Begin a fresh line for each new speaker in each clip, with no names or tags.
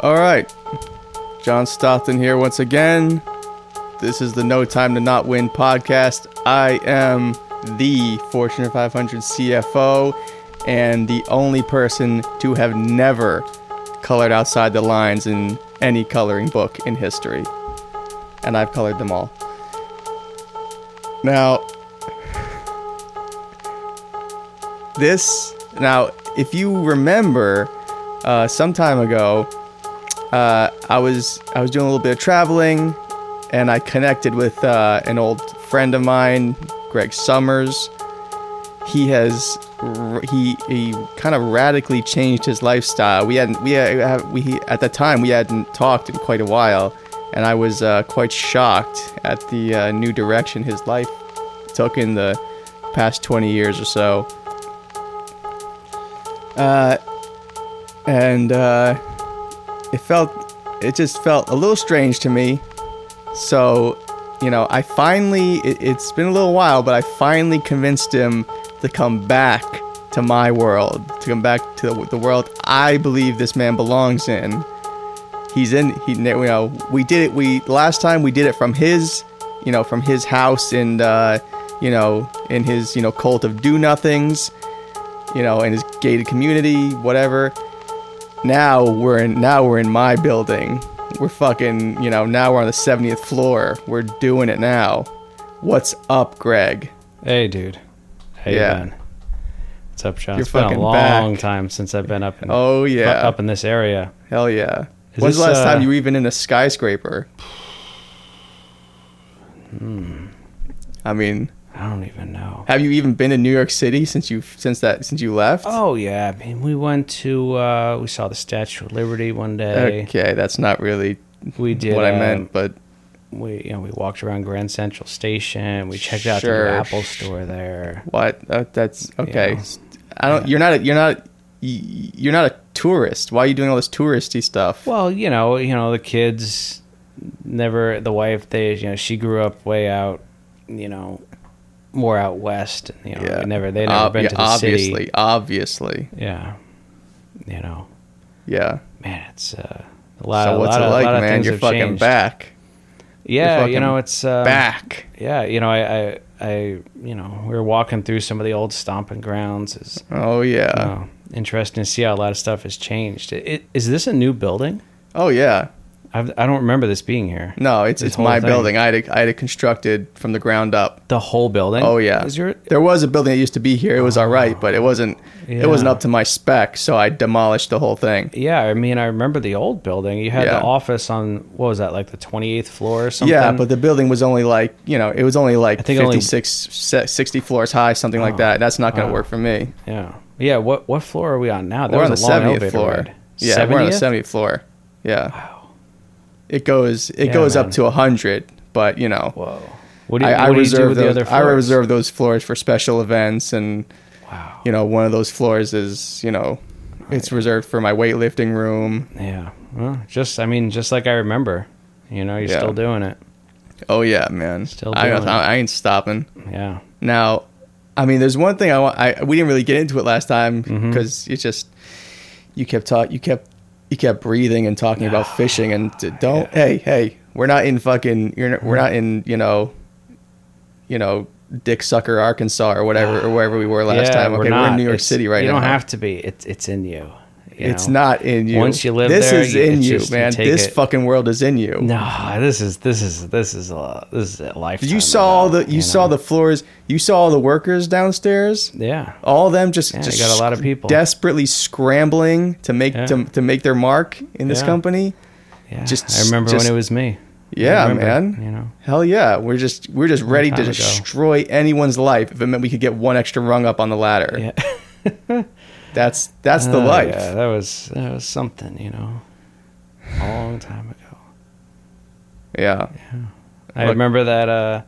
All right. John Stockton here once again. This is the No Time to Not Win podcast. I am the Fortune 500 CFO and the only person to have never colored outside the lines in any coloring book in history. And I've colored them all. Now, this, now, if you remember, uh, some time ago, uh, I was I was doing a little bit of traveling, and I connected with uh, an old friend of mine, Greg Summers. He has r- he he kind of radically changed his lifestyle. We hadn't we had, we at the time we hadn't talked in quite a while, and I was uh, quite shocked at the uh, new direction his life took in the past 20 years or so. Uh, and uh, it felt it just felt a little strange to me so you know i finally it, it's been a little while but i finally convinced him to come back to my world to come back to the, the world i believe this man belongs in he's in he you know we did it we last time we did it from his you know from his house and uh you know in his you know cult of do nothings you know in his gated community whatever now we're in now we're in my building. We're fucking, you know, now we're on the 70th floor. We're doing it now. What's up, Greg?
Hey, dude. Hey,
Yeah.
Ben. What's up, Sean?
You're
it's been a
fucking
long
back.
time since I've been up in
Oh yeah.
up in this area.
Hell yeah.
Is
When's the
this,
last
uh,
time you were even in a skyscraper?
Hmm.
I mean,
I don't even know.
have you even been in New York City since you since that since you left?
Oh yeah, I mean we went to uh we saw the Statue of Liberty one day.
Okay, that's not really
We did
Uh, what I
um,
meant, but
We you know we walked around Grand Central Station. We checked out
Sure.
the Apple Store there.
What? Uh, that's okay.
Yeah.
I don't. You're not. A, you're not. y- You're not a tourist. Why are you doing all this touristy stuff?
Well, you know, you know the kids never the wife they you know she grew up way out, you know, more out west. and, You know, they never they never
Ob-
been
yeah,
to the
obviously,
city.
obviously,
Yeah, you know.
yeah.
man, it's uh, a lot.
so
a
what's
lot
it
of, a
like,
lot of
man?
things
You're
have
fucking
changed.
back,
Yeah,
You're
you know
fucking
it's um,
back.
Yeah, you know I, I, I, you know, we were walking through some of the old stomping grounds. Is
Oh
you
yeah.
know, interesting to see how a lot of stuff has changed. I i- Is this a new building?
Oh yeah.
I've, I don't remember this being here.
No, it's
This
it's
whole
my
thing.
building. I had it, I had it constructed from the ground up.
The whole building.
Oh yeah.
Is your
there was a building that used to be here. It was all right, but it wasn't.
Yeah.
It wasn't up to my spec, so I demolished the whole thing.
yeah, I mean, I remember the old building. You had
Yeah.
the office on what was that, like the twenty eighth floor or something?
Yeah, but the building was only like, you know, it was only like
I think only- Oh,
56, se- 60 floors high, something like that. That's not going to
wow.
work for me.
yeah, yeah. What what floor are we on now? That
We're on the
was a long
70th
elevator
floor.
ride.
Yeah, we're on the
70th?
70th floor. Yeah.
Wow.
It goes it
Yeah,
goes
man.
up to 100, but, you know,
Whoa. What do
I,
you,
I
what do, you do
reserve
with
those,
the other
I
floors?
reserve those floors for special events and,
Wow.
you know, one of those floors is, you know, it's reserved for my weightlifting room.
Yeah. Well, just I mean, just like I remember. You know, you're
Yeah.
still doing it.
Oh yeah, man.
Still
I,
doing it.
I, I ain't stopping.
Yeah.
Now, I mean, there's one thing I want. I we didn't really get into it last time
Mm-hmm.
because it's just you kept talk, you kept you kept breathing and talking about fishing and d- don't. Hey, hey, we're not in fucking. You're not, we're not
Mm-hmm.
in. You know, you know, Dick Sucker, Arkansas, or whatever, or wherever we were last
yeah,
time. Okay, we're, in
not.
New York
It's-
City right
you
now.
don't have to be. It's it's in you. you
it's
know?
not in you.
Once you live
this
there,
is
you-
in
it's
you,
just- you
man.
take
this
it.
fucking world is in you.
No, this is this is this is a this is a lifetime.
You saw all
ago,
the you saw
know?
the floors. You saw all the workers downstairs.
yeah.
all of them just,
Yeah, you
just
got a lot of people.
desperately scrambling to make
Yeah.
to, to make their mark in this
Yeah.
company
Yeah.
just-
I remember
just-
when it was me. I
yeah
remember,
man
You know.
hell yeah we're just we're just ready to
time ago.
destroy anyone's life if it meant we could get one extra rung up on the ladder
Yeah.
that's that's the
Oh,
life
Yeah, that was that was something, you know. A long time ago.
yeah
I
Look-
remember that uh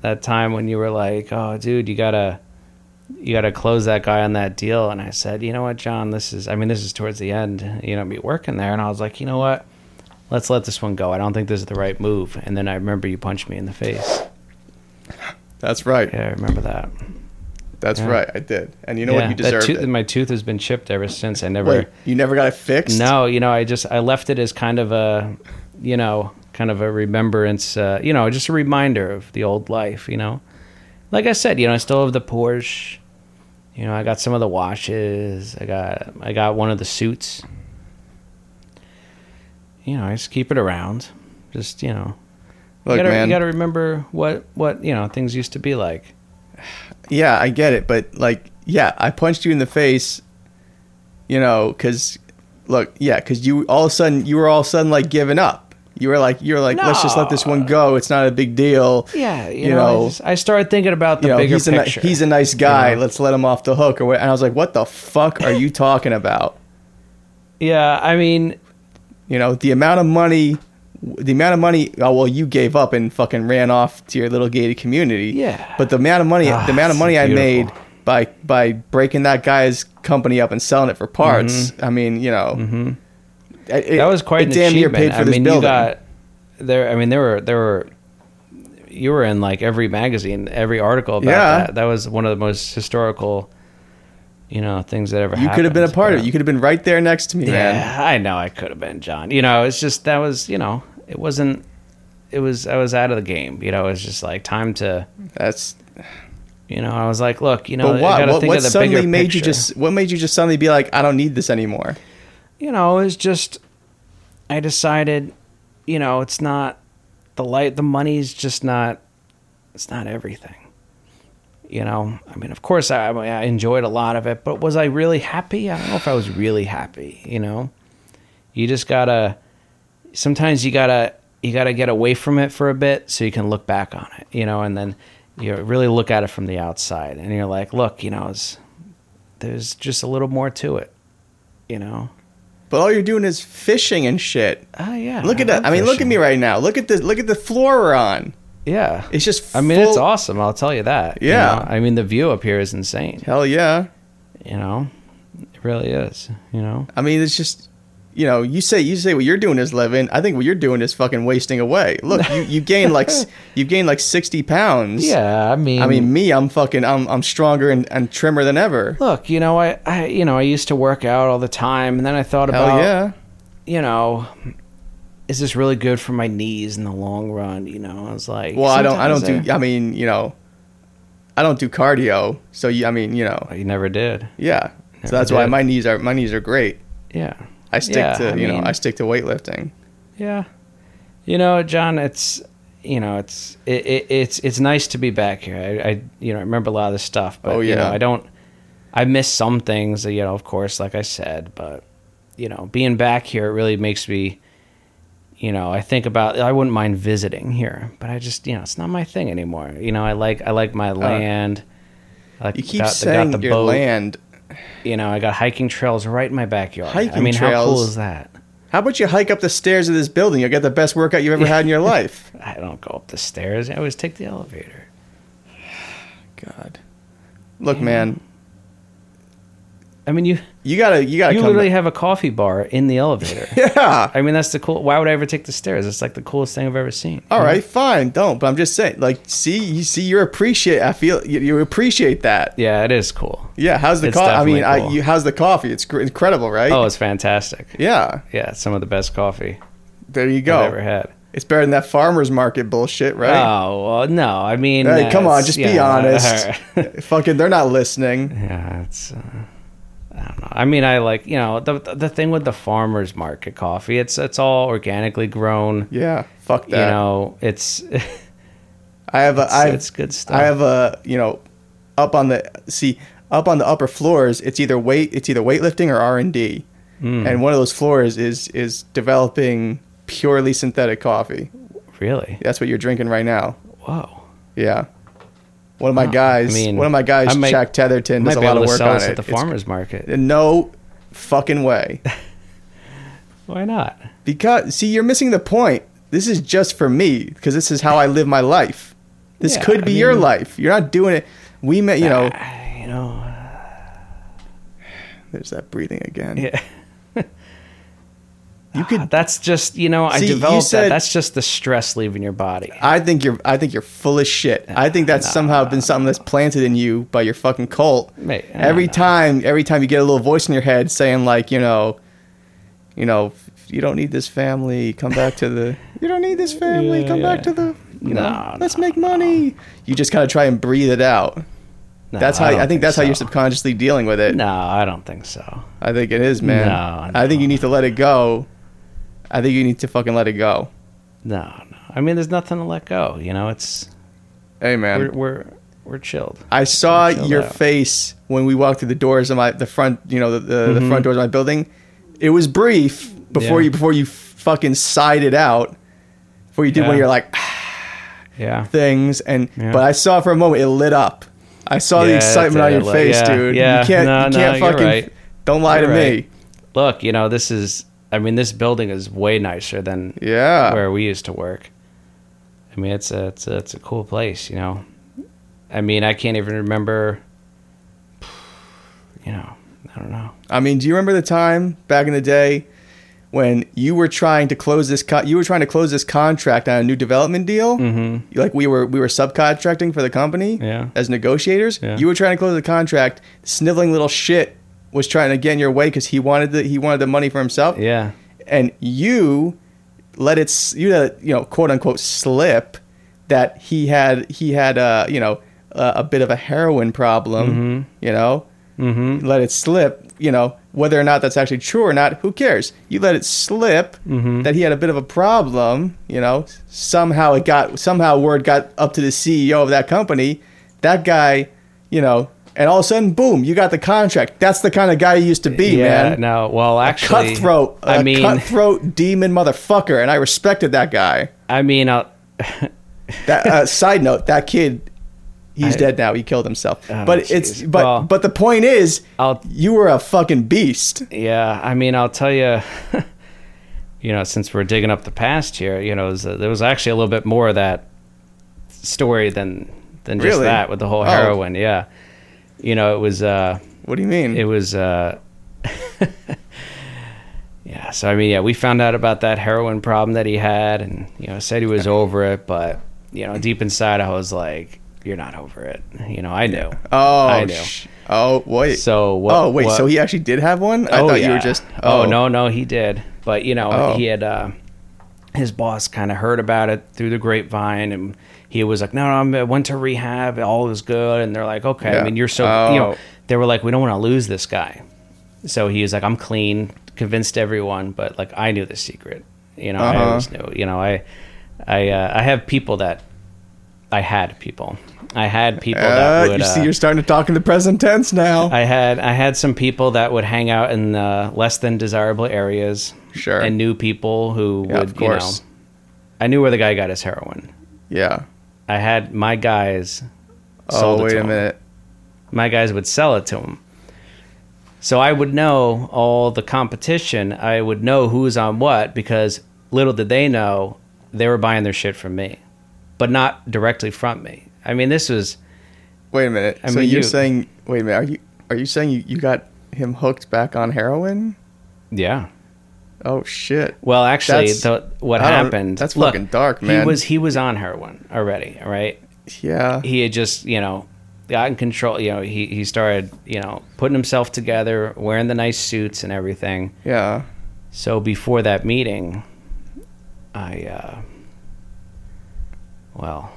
that time when you were like, "Oh, dude, you gotta you gotta close that guy on that deal," and I said, "You know what, John? This is I mean, this is towards the end. You know, me working there, and I was like, you know what? Let's let this one go. I don't think this is the right move." And then I remember you punched me in the face.
that's right
Yeah, I remember that.
That's
Yeah.
right. I did. And you know what? You
that
deserved
tooth-
it.
My tooth has been chipped ever since. I never.
Wait, you never got it fixed?
No, you know, I just I left it as kind of a, you know, kind of a remembrance, uh, you know, just a reminder of the old life, you know. Like I said, you know, I still have the Porsche. You know, I got some of the watches. I got I got one of the suits. You know, I just keep it around. Just, you know,
Look,
you, gotta,
man.
you gotta remember what what you know things used to be like.
Yeah, I get it, but like, yeah, I punched you in the face, you know, because look, yeah, because you all of a sudden you were all of a sudden like giving up. You were like, you were like, let's just let this one go. It's not a big deal.
Yeah, you,
You
know,
know,
I, just, I started thinking about the
You know,
bigger
he's a, ni-
picture.
he's a nice guy.
You know?
Let's let him off the hook. Or what? And I was like, what the fuck are you talking about?
yeah, I mean,
You know, the amount of money, the amount of money. Oh well, you gave up and fucking ran off to your little gated community.
Yeah.
But the amount of money,
Ah,
the amount of
so
money I
beautiful.
made by by breaking that guy's company up and selling it for parts. I mean, you know, I- it-
Mm-hmm. that was quite
it
an
damn near
achievement.
paid for
I
this
mean,
building.
you got there. I mean, there were there were you were in like every magazine, every article about
Yeah.
that. That was one of the most historical, you know, things that ever.
you could have been a
happened.
part of
But-
it. You could have been right there next to me, man.
yeah, I know. I could have been John. You know, it's just that was you know, it wasn't. It was I was out of the game. You know, it was just like time to.
That's
You know, I was like, look, you know,
but
I
what
gotta
what,
think
what
of the
suddenly
bigger
made you
picture.
just what made you just suddenly be like, I don't need this anymore.
you know, it's just I decided, you know, it's not the light the money's just not it's not everything. You know, I mean, of course, I, I enjoyed a lot of it, but was I really happy? I don't know if I was really happy. You know, you just gotta. Sometimes you gotta you gotta get away from it for a bit so you can look back on it. You know, and then you really look at it from the outside, and you're like, look, you know, it's, there's just a little more to it. You know,
But all you're doing is fishing and shit.
Oh yeah.
Look at
love
that. I mean, look at
fishing.
me right now. Look at the look at the floor we're on.
Yeah.
It's just.
I mean, it's
full-
awesome. I'll tell you that. you
Yeah.
know? I mean, the view up here is insane.
Hell yeah.
You know, it really is. You know.
I mean, it's just. You know, you say you say what you're doing is living. I think what you're doing is fucking wasting away. Look, you you gain like s- you've gained like sixty pounds.
Yeah. I mean.
I mean, me, I'm fucking, I'm I'm stronger and, and trimmer than ever.
Look, you know, I, I, you know, I used to work out all the time, and then I thought
Hell
about,
yeah.
you know, is this really good for my knees in the long run? You know, I was like,
Well, I don't, I
sometimes
don't do. I mean, you know, I don't do cardio. So you, I mean, you know,
I, you never did.
yeah. So
Never
that's why
did.
my knees are my knees are great.
Yeah.
I stick
Yeah,
to
I
you
mean-
know I stick to weightlifting.
Yeah. You know, John, it's you know, it's it, it, it's it's nice to be back here. I, I you know, I remember a lot of this stuff, but
Oh,
you know,
yeah.
I don't I miss some things, you know, of course, like I said, but you know, being back here it really makes me you know, I think about I wouldn't mind visiting here, but I just, you know, it's not my thing anymore. You know, I like I like my land. I like
Uh, You keep
got- I got
saying
the
your
boat.
land.
You know, I got hiking trails right in my backyard. I
Hiking
mean, how cool
trails?
is that?
How about you hike up the stairs of this building? You'll get the best workout you've ever had in your life.
I don't go up the stairs. I always take the elevator.
God, look, man,
I mean, you
you gotta, you gotta
you
come.
literally have a coffee bar in the elevator.
yeah.
I mean, that's the cool. Why would I ever take the stairs? It's like the coolest thing I've ever seen.
All right, fine. Don't. But I'm just saying, like, see, you see, you appreciate. I feel you, you appreciate that.
Yeah, it is cool.
Yeah. How's the
It's
coffee? I mean,
definitely
I,
cool.
you, how's the coffee? It's gr- incredible, right?
Oh, it's fantastic.
yeah.
Yeah, it's some of the best coffee
There you
I've
go.
ever had.
It's better than that farmers market bullshit, right?
Oh well, no, I mean,
hey, come on,
that's-
just be
yeah,
honest.
all right.
Fucking, they're not listening.
yeah, it's. Uh, I don't know. I mean, I like you know the the thing with the farmers market coffee. It's it's all organically grown.
Yeah. Fuck that.
You know, it's
I have a. I have,
it's good stuff.
I have a. You know, up on the see up on the upper floors. It's either weight. It's either weightlifting or R and D.
Hmm.
And one of those floors is is developing purely synthetic coffee.
really
That's what you're drinking right now.
whoa.
Yeah. One of my guys,
I mean,
one of my guys,
I might-
Jack Tetherton, does
Might
a
be
lot
able
of
to
work
sell
on
this
it.
at the
It's-
farmers market.
no fucking way.
Why not?
Because see, you're missing the point. This is just for me because this is how I live my life. This
Yeah,
could
I
be your
mean-
life. You're not doing it. We met, you know.
I- you know,
There's that breathing again.
yeah.
You could.
That's just you know
See,
I
you
developed that.
said-
That's just the stress leaving your body.
I think you're. I think you're full of shit. I think that's
Nah,
somehow been something that's planted in you by your fucking cult.
Mate, nah,
every
nah.
time, every time you get a little voice in your head saying like, you know, you know, you don't need this family. Come back to the. You don't need this family.
Yeah,
come back to
yeah.
the. You know,
Nah,
let's
nah,
make money. You just kind of try and breathe it out.
No,
that's how. I,
don't
think, that's how
so.
you're subconsciously dealing with it.
No, I don't think so.
I think it is, man.
No,
I think
no.
you need to let it go. I think you need to fucking let it go.
No, no. I mean, there's nothing to let go. You know, it's
Hey, man.
we're we're, we're chilled.
I saw
Chill
your
out.
face when we walked through the doors of my the front, you know, the, the, the front doors of my building. It was brief before
Mm-hmm. Yeah.
you before you fucking sighed it out. Before you did one of
Yeah.
your like
Yeah.
things, and
Yeah.
but I saw for a moment it lit up. I saw the
Yeah,
excitement
it
on
did
your
lit-
face,
yeah,
dude.
yeah.
you can't,
No,
you
no,
can't
you're
fucking.
right.
Don't lie
You're
to
right.
me.
Look, you know, this is. I mean, this building is way nicer than
Yeah,
where we used to work. I mean, it's a it's a, it's a cool place, you know. I mean, I can't even remember. You know, I don't know.
I mean, do you remember the time back in the day when you were trying to close this co- you were trying to close this contract on a new development deal? Mm-hmm. Like we were we were subcontracting for the company
Yeah.
as negotiators.
Yeah.
You were trying to close the contract. Sniveling little shit was trying to get in your way because he wanted the he wanted the money for himself,
Yeah,
and you let it s- you let it, you know quote unquote slip that he had he had uh you know uh, a bit of a heroin problem you know mm-hmm. let it slip you know whether or not that's actually true or not who cares you let it slip that he had a bit of a problem you know somehow it got somehow word got up to the CEO of that company that guy you know and all of a sudden boom you got the contract that's the kind of guy you used to be
yeah.
man
No, well, actually,
cutthroat.
I
a
mean,
cutthroat demon motherfucker, and I respected that guy.
I mean, I'll,
That uh, side note, that kid, he's
I-
dead now. He killed himself.
Oh,
but it's
jeez.
but
Well,
but the point is,
I'll-
you were a fucking beast.
yeah, I mean, I'll tell you. You know, since we're digging up the past here, you know, it was- there was actually a little bit more of that story than than just
Really?
that with the whole
Oh.
heroin. Yeah, you know, it was. uh
What do you mean?
it was uh yeah so i mean yeah we found out about that heroin problem that he had and you know said he was over it but you know deep inside i was like you're not over it you know i knew
oh,
I knew.
sh- oh wait.
so what,
oh wait.
what-
So he actually did have one. I
oh,
thought you
yeah.
were just.
oh. no no he did but you know
Oh.
he had uh his boss kind of heard about it through the grapevine and he was like no no I'm- i went to rehab all was good and they're like okay
Yeah.
i mean you're so you
Oh.
know they were like we don't want to lose this guy so he was like i'm clean convinced everyone but like i knew the secret you know i
Uh-huh.
always knew you know i i uh, i have people that i had people i had people
Uh,
that would
you see,
uh,
you're starting to talk in the present tense now.
I had I had some people that would hang out in uh, less than desirable areas.
Sure.
And knew people who
Yeah,
would,
of course.
you know. I knew where the guy got his heroin.
yeah.
I had my guys.
Oh
sold it
wait
to
a
him.
minute.
My guys would sell it to him. So I would know all the competition. I would know who's on what because little did they know they were buying their shit from me, but not directly from me. I mean, this was
Wait a minute.
I
so
mean,
you're
you-
saying? Wait a minute. Are you are you saying you, you got him hooked back on heroin?
yeah.
Oh shit.
Well, actually,
That's-
the, what
I don't-
happened?
that's fucking dark,
He
man.
was he was on heroin already, all right?
Yeah.
He had just you know gotten control. You know, he he started you know putting himself together, wearing the nice suits and everything.
Yeah.
So before that meeting, I uh, well,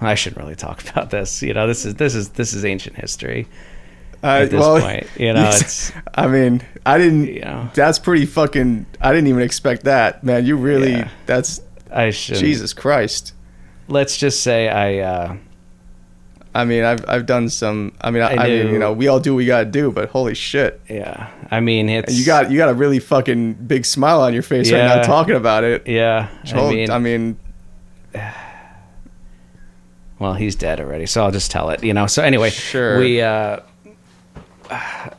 I shouldn't really talk about this. You know, this is this is this is ancient history.
I,
this point, you know, it's-
I mean, I didn't.
You know.
That's pretty fucking. I didn't even expect that, man. You really.
Yeah.
That's
I should.
Jesus Christ.
Let's just say I. Uh,
I mean, I've I've done some. I mean, I,
I
I mean,
knew-
you know, we all do what we gotta do, but holy shit,
yeah, I mean it's
you got you got a really fucking big smile on your face right now
Yeah.
talking about it.
yeah.
Hol- I mean,
well he's dead already so i'll just tell it you know so anyway
Sure.
we uh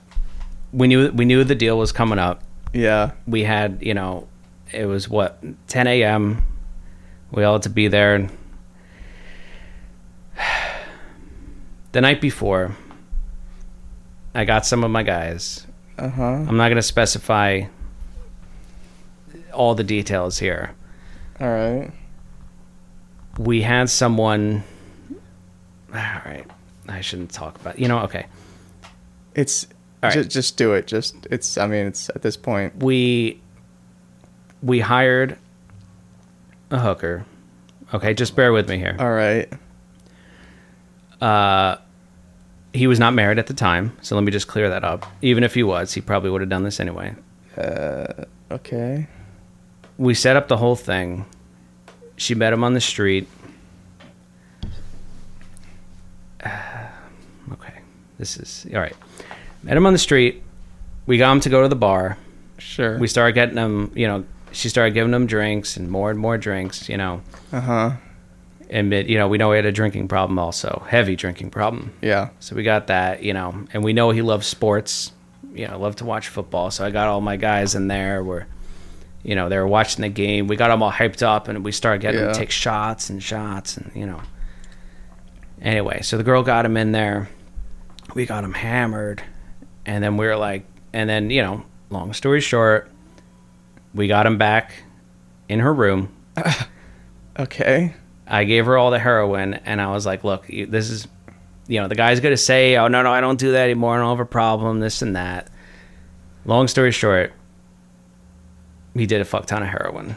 we knew we knew the deal was coming up
yeah,
we had you know it was what 10 a.m we all had to be there and the night before i got some of my guys
uh huh,
i'm not going to specify all the details here.
All right.
We had someone. All right, I shouldn't talk about. You know, okay.
It's
All right.
just just do it. Just it's. I mean, it's at this point.
we we hired a hooker. Okay, just bear with me here.
All right.
He was not married at the time, so let me just clear that up. Even if he was, he probably would have done this anyway.
Okay.
We set up the whole thing. She met him on the street. okay, this is all right. Met him on the street. We got him to go to the bar.
Sure.
We started getting him, you know, she started giving him drinks and more and more drinks, you know.
Uh huh.
and it- you know we know he had a drinking problem also heavy drinking problem
Yeah.
so we got that you know and we know he loves sports you know loved to watch football so i got all my guys in there were you know they were watching the game we got them all hyped up and we started getting
Yeah.
them to take shots and shots and you know anyway so the girl got him in there we got him hammered and then we were like and then you know long story short we got him back in her room
Okay.
I gave her all the heroin, and I was like, "Look, you- this is, you know, the guy's gonna say, oh no, no, I don't do that anymore. I don't have a problem. This and that." Long story short, he did a fuck ton of heroin.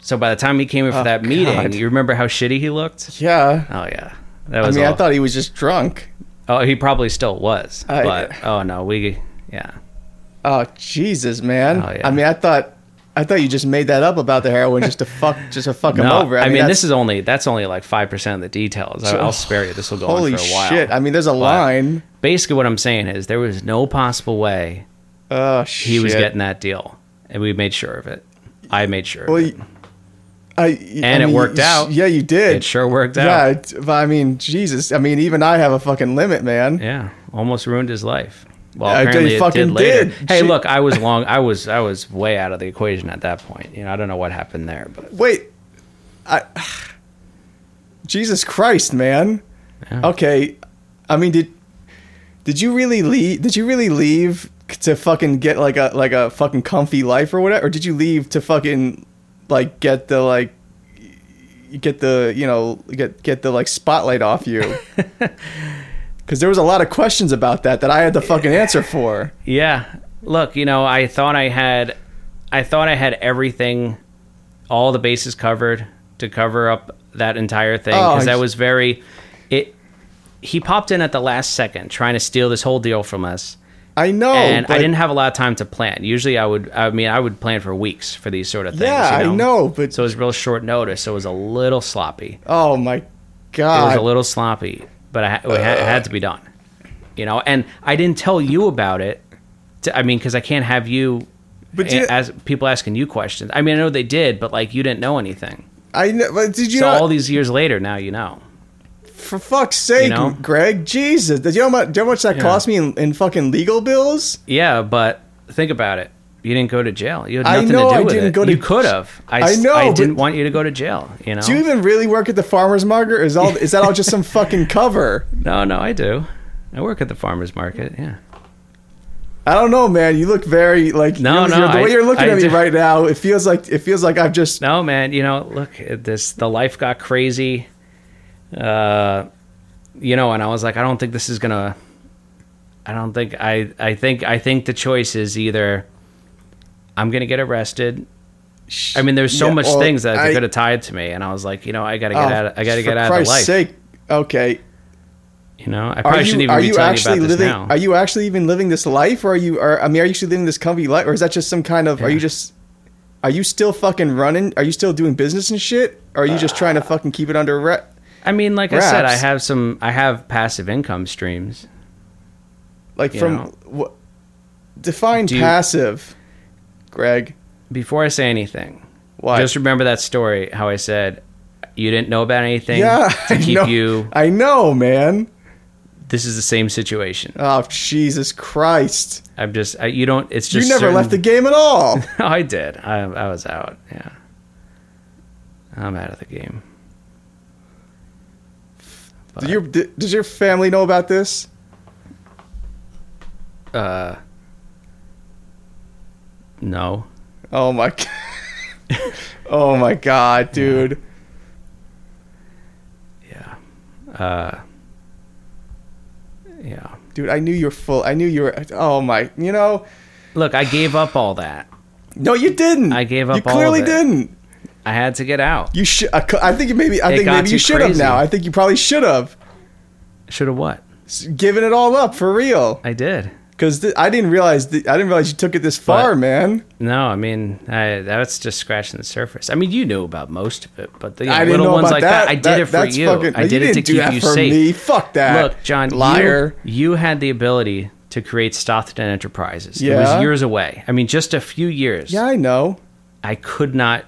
So by the time he came in for
Oh,
that meeting,
God.
you remember how shitty he looked?
Yeah.
Oh yeah, that
I
was.
mean, I
all-
thought he was just drunk.
oh, he probably still was,
I-
but oh no, we, yeah,
Oh Jesus, man.
Oh, yeah.
I mean, I thought. I thought you just made that up about the heroin just to fuck, just to fuck him
no.
over.
I, mean, this
that's-
is only that's only like five percent of the details. I, will spare you. This will go
holy
on for a while.
shit. I mean, there's a line.
Basically, what I'm saying is there was no possible way
Oh shit.
he was getting that deal, and we made sure of it. I made sure. of
Well,
it.
y- I, and
it worked out.
Yeah, you did.
It sure worked
Yeah,
out.
it- but I mean, Jesus. I mean, even I have a fucking limit, man.
Yeah, almost ruined his life. Well,
I tell
apparently
you,
it
fucking
did later.
did.
Hey,
She-
look, I was long. I was I was way out of the equation at that point. You know, I don't know what happened there, but
Wait, I. Jesus Christ, man.
yeah.
Okay, I mean, did did you really leave? Did you really leave to fucking get like a like a fucking comfy life or whatever? Or did you leave to fucking like get the like get the you know get get the like spotlight off you? Because there was a lot of questions about that that I had to fucking answer for.
yeah. Look, you know, I thought I had, I thought I had everything, all the bases covered to cover up that entire thing
Oh,
because that
I-
was very, it. He popped in at the last second trying to steal this whole deal from us.
I know,
and
Oh,
I
but-
didn't have a lot of time to plan. Usually, I would. I mean, I would plan for weeks for these sort of things.
Yeah,
you
I know, but-
so it was real short notice. So it was a little sloppy.
Oh my
It was
god!
a little sloppy, but I, ha- it ha- it had to be done. You know, and I didn't tell you about it. To, I mean, because I can't have you.
But
But
you-
as people asking you questions, I mean, I know they did, but like you didn't know anything.
I know, but did you
so
not,
all these years later, now you know.
for fuck's sake,
you know?
Greg? Jesus, did you know how much, do you know how much that cost me in, in fucking legal bills?
Yeah, but think about it. You didn't go to jail. You had
I
nothing
know
to do
I
with
didn't
it.
go to
you could have. I,
I
s-
know,
I
but-
didn't want you to go to jail. You know.
Do you even really work at the farmer's market? Or is all is that all just some fucking cover?
No, no, I do. I work at the farmers market. Yeah.
I don't know, man. You look very like
No,
you're-
no,
you're- the
I-
way you're looking
I
at me
do-
right now, it feels like it feels like I've just
No, man. You know, look, at this the life got crazy. Uh, you know, and I was like, I don't think this is gonna. I don't think I. I think I think the choice is either I'm gonna get arrested. I mean, there's so
Yeah,
much
well,
things that
I-
could have tied to me, and I was like, you know, I gotta get
Oh,
out. Of, I gotta
for
get out
Christ's
of life.
sake. Okay,
You know, I
are
probably shouldn't
you
even
are
be
you
telling you
actually
about this
living?
now.
Are you actually even living this life, or are you? Are, I mean, are you actually living this comfy life, or is that just some kind of? Are
Yeah.
you just? Are you still fucking running? Are you still doing business and shit? Or are you just trying to
Uh,
fucking keep it under wrap?
I mean, like I said, I
Raps.
have some. I have passive income streams.
Like
You
from
know.
what? Define
Do you-
passive, Greg.
before I say anything,
What?
just remember that story how I said you didn't know about anything
yeah,
to
I
keep
know.
you.
I know, man.
This is the same situation.
Oh Jesus Christ!
I'm just I, you don't. It's
You
just
never
certain-
left the game at all.
No, I did. I I was out. Yeah, I'm out of the game.
Did your, did, does your family know about this?
Uh, no,
Oh my god. oh my god, dude.
Yeah. Uh, yeah.
Dude, I knew you were full. I knew you were Oh my. You know,
Look, I gave up all that.
no you didn't.
I gave up
You
all of
clearly
it.
didn't.
I had to get out.
You should I cou- I think you maybe I
It
think
got
maybe you
too
should have
crazy.
now. I think you probably should have
Should have what?
S- given it all up for real
I did.
cuz I didn't realize th- I didn't realize you took it this far,
But-
man.
No, I mean I, that's just scratching the surface. I mean, you knew about most of it, but the you know,
I didn't
little
know
ones
about
like
that.
that, I did
That-
it for
that's
you.
fucking-
I
you
did it to
didn't do
keep
that
you
for
safe.
me. Fuck that.
Look, John, you-
Liar.
You, had the ability to create Stockton Enterprises. It
Yeah.
was years away. I mean, just a few years.
Yeah, I know.
I could not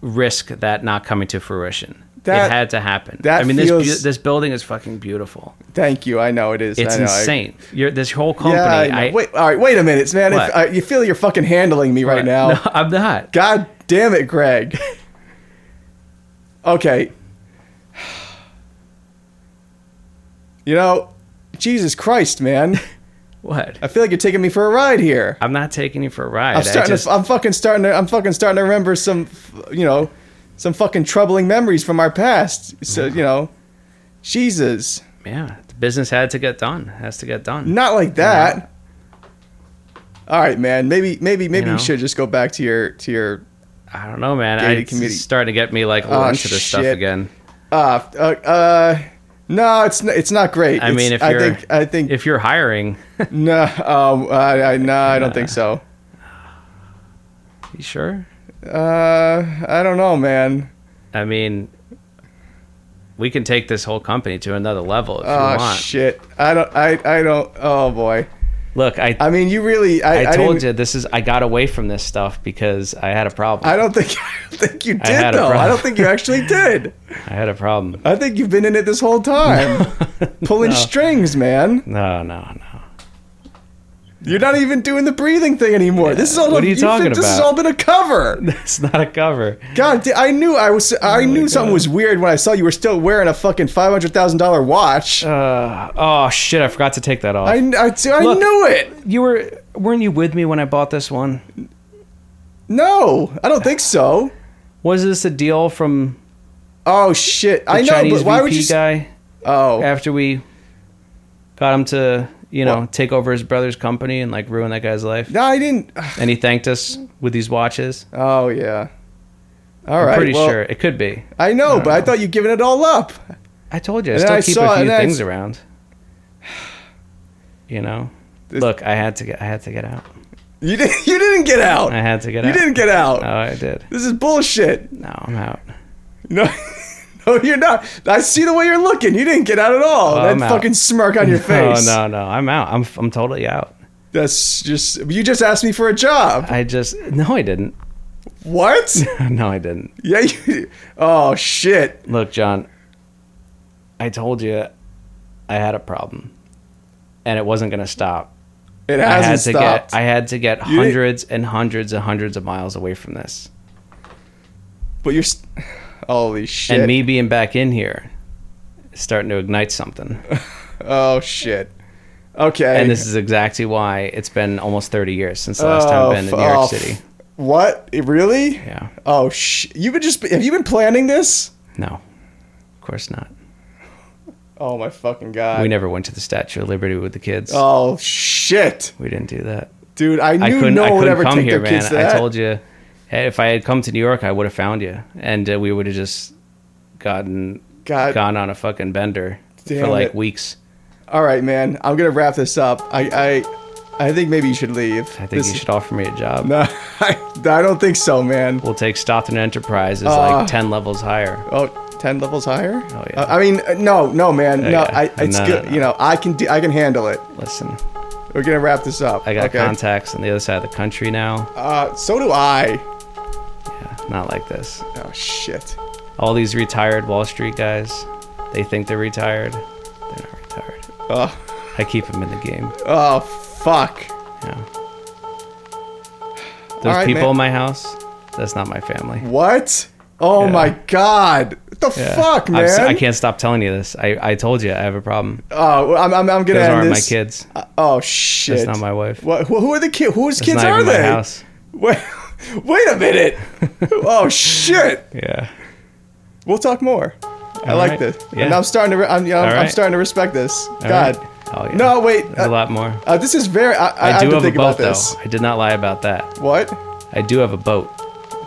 risk that not coming to fruition.
That-
it had to happen.
that
I mean, this
feels-
bu- this building is fucking beautiful.
Thank you. I know it is.
It's
I know. I-
insane. You're, this whole company.
yeah, I know.
I-
wait, all right, wait a minute, man. If,
What?
uh, you feel you're fucking handling me right now.
No, I'm not.
God damn it, Greg. okay. You know, Jesus Christ, man.
What?
I feel like you're taking me for a ride here.
I'm not taking you for a ride.
I'm
I
starting
just-
to, I'm fucking starting to I'm fucking starting to remember some you know, some fucking troubling memories from our past. So, you know, Jesus.
yeah, the business had to get done. Has to get done.
Not like that. All right, man. Maybe maybe maybe you,
know?
should just go back to your to your
I don't know, man.
Gated
I, it's
community.
starting to get me like
Oh,
oh, into this stuff
shit.
again.
Uh, uh, uh, no, it's n- it's not great.
I
It's-
mean, if
I
you're-
think I think
If you're hiring,
no, um, I, I, no, I don't think so.
you sure?
Uh, I don't know, man.
I mean, we can take this whole company to another level if you
Oh
want.
shit, I don't, I, I don't. Oh boy,
Look, I
I mean, you really, I,
I, told
didn't,
you this is I got away from this stuff because I had a problem.
I don't think, I don't think you did
had a
though. I
problem.
don't think you actually did.
I had a problem.
I think you've been in it this whole time, pulling strings, man.
No, no, no.
You're not even doing the breathing thing anymore. This is all.
What are you
you've
talking
been- This has
about?
all been a cover.
It's not a cover.
God, da- I knew I was.
Oh
I knew something was weird when I saw you were still wearing a fucking five hundred thousand dollar watch.
Uh, oh shit, I forgot to take that off.
I, kn- I, t- I
Look.
knew it.
you were weren't you with me when I bought this one?
No, I don't think so.
Was this a deal from
Oh shit!
the
I know,
Chinese
but why
VP
would you? s-
guy
oh,
after we got him to, you know,
Well-
take over his brother's company and like ruin that guy's life?
no, I didn't.
And he thanked us with these watches.
Oh yeah. All
I'm
right.
pretty
well,
sure it could be.
I know,
don't
but I
know.
thought you'd given it all up.
I told you, I
And
still
I
keep
saw-
a few
and I
things
s-
around. You know,
This-
look, I had to get, I had to get out.
You didn't. You didn't get out.
I had uh, to get
you
out.
didn't get out.
No, I did.
This is bullshit.
No, I'm out.
No. No, you're not. I see the way you're looking. You didn't get out at all.
Oh,
that
I'm out. Oh,
fucking smirk on your face.
No, no, no, I'm out. I'm, I'm totally out.
That's just. You just asked me for a job.
I just, no, I didn't.
What?
no, I didn't.
Yeah. You, oh shit.
Look, John, I told you, I had a problem, and it wasn't gonna stop.
It
I had
hasn't
to
stopped.
get, I had to get
You didn't-
hundreds and hundreds and hundreds of miles away from this,
but you're. St- Holy shit.
and me being back in here, is starting to ignite something.
Oh shit. Okay.
and this is exactly why it's been almost 30 years since the last time
Oh,
I've been in
f-
New York
oh,
City.
f- What? It- Really?
Yeah.
Oh sh. You've been just. Have you been planning this?
No, of course not.
Oh my fucking god.
We never went to the Statue of Liberty with the kids.
Oh shit,
We didn't do that.
dude! I knew
I couldn't.
no
I
one would
couldn't
ever
come
take
here,
their
man.
kids to that.
I told you, hey, if I had come to New York, I would have found you, and uh, we would have just gotten
God.
gone on a fucking bender
Damn
for like
it.
weeks.
All right, man. I'm gonna wrap this up. I, I, I think maybe you should leave.
I think
This-
you should offer me a job.
No, I, I don't think so, man.
We'll take Stockton Enterprises
Uh,
like ten levels higher.
Oh, 10 levels higher?
Oh, yeah.
Uh, I mean, uh, no, no, man. no,
yeah.
I, it's
No, no,
good.
no.
You know, I can do, I can handle it.
Listen,
We're going to wrap this up.
I got
okay?
contacts on the other side of the country now.
Uh, so do I.
Not like this.
Oh, shit.
all these retired Wall Street guys, they think they're retired. They're not retired.
Oh,
I keep them in the game.
oh fuck.
Yeah. Those
right,
people
man.
in my house, that's not my family.
What? Oh,
Yeah.
my God. What the
Yeah.
fuck,
I'm
man?
s- I can't stop telling you this. I, I told you I have a problem.
Oh, well, I'm, I'm, I'm going to
Those
end
aren't
this.
my kids.
Uh, oh, shit.
not my wife.
What, who, who are the kids? Whose
It's
kids
not
are
even
they?
my house.
What? Wait a minute. oh shit.
Yeah.
We'll talk more. I
All
like
right.
this.
Yeah.
And I'm starting to. I'm, you know,
All
I'm
right.
starting to respect this.
All
God.
right. Oh, yeah.
No, wait.
There's
Uh,
a lot more.
uh, this is very. I, I,
I,
have
do
to
have a
think
boat,
about
though.
this.
I did not lie about that.
What?
I do have a boat.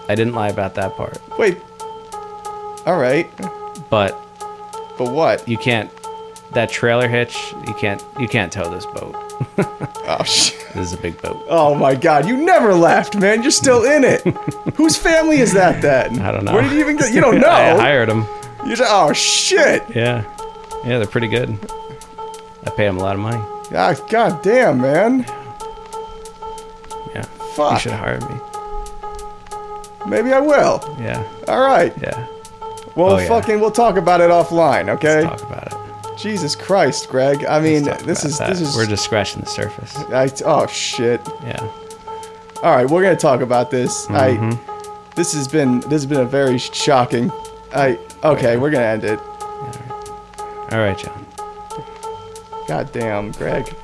I didn't lie about that part.
Wait. All right.
But
But what?
you can't. That trailer hitch. You can't. You can't tow this boat.
Oh shit.
This is a big boat.
Oh my god, you never left, man. You're still in it. Whose family is that then?
I don't know.
Where did you even get? You don't know.
I hired them.
You're just, oh shit.
Yeah. Yeah, they're pretty good. I pay them a lot of money.
Ah, god damn, man.
Yeah. You
Fuck.
should have hired me.
Maybe I will.
Yeah.
All right.
Yeah.
Well,
Oh, yeah.
fucking, we'll talk about it offline, okay?
Let's talk about it.
Jesus Christ, Greg. I mean,
Let's talk
this
about
is
that.
this is.
We're just scratching the surface.
I, oh shit.
Yeah.
All right, we're gonna talk about this. I.
Mm-hmm.
This has been this has been a very shocking. I okay, we're gonna end it.
All right, John.
God damn, Greg.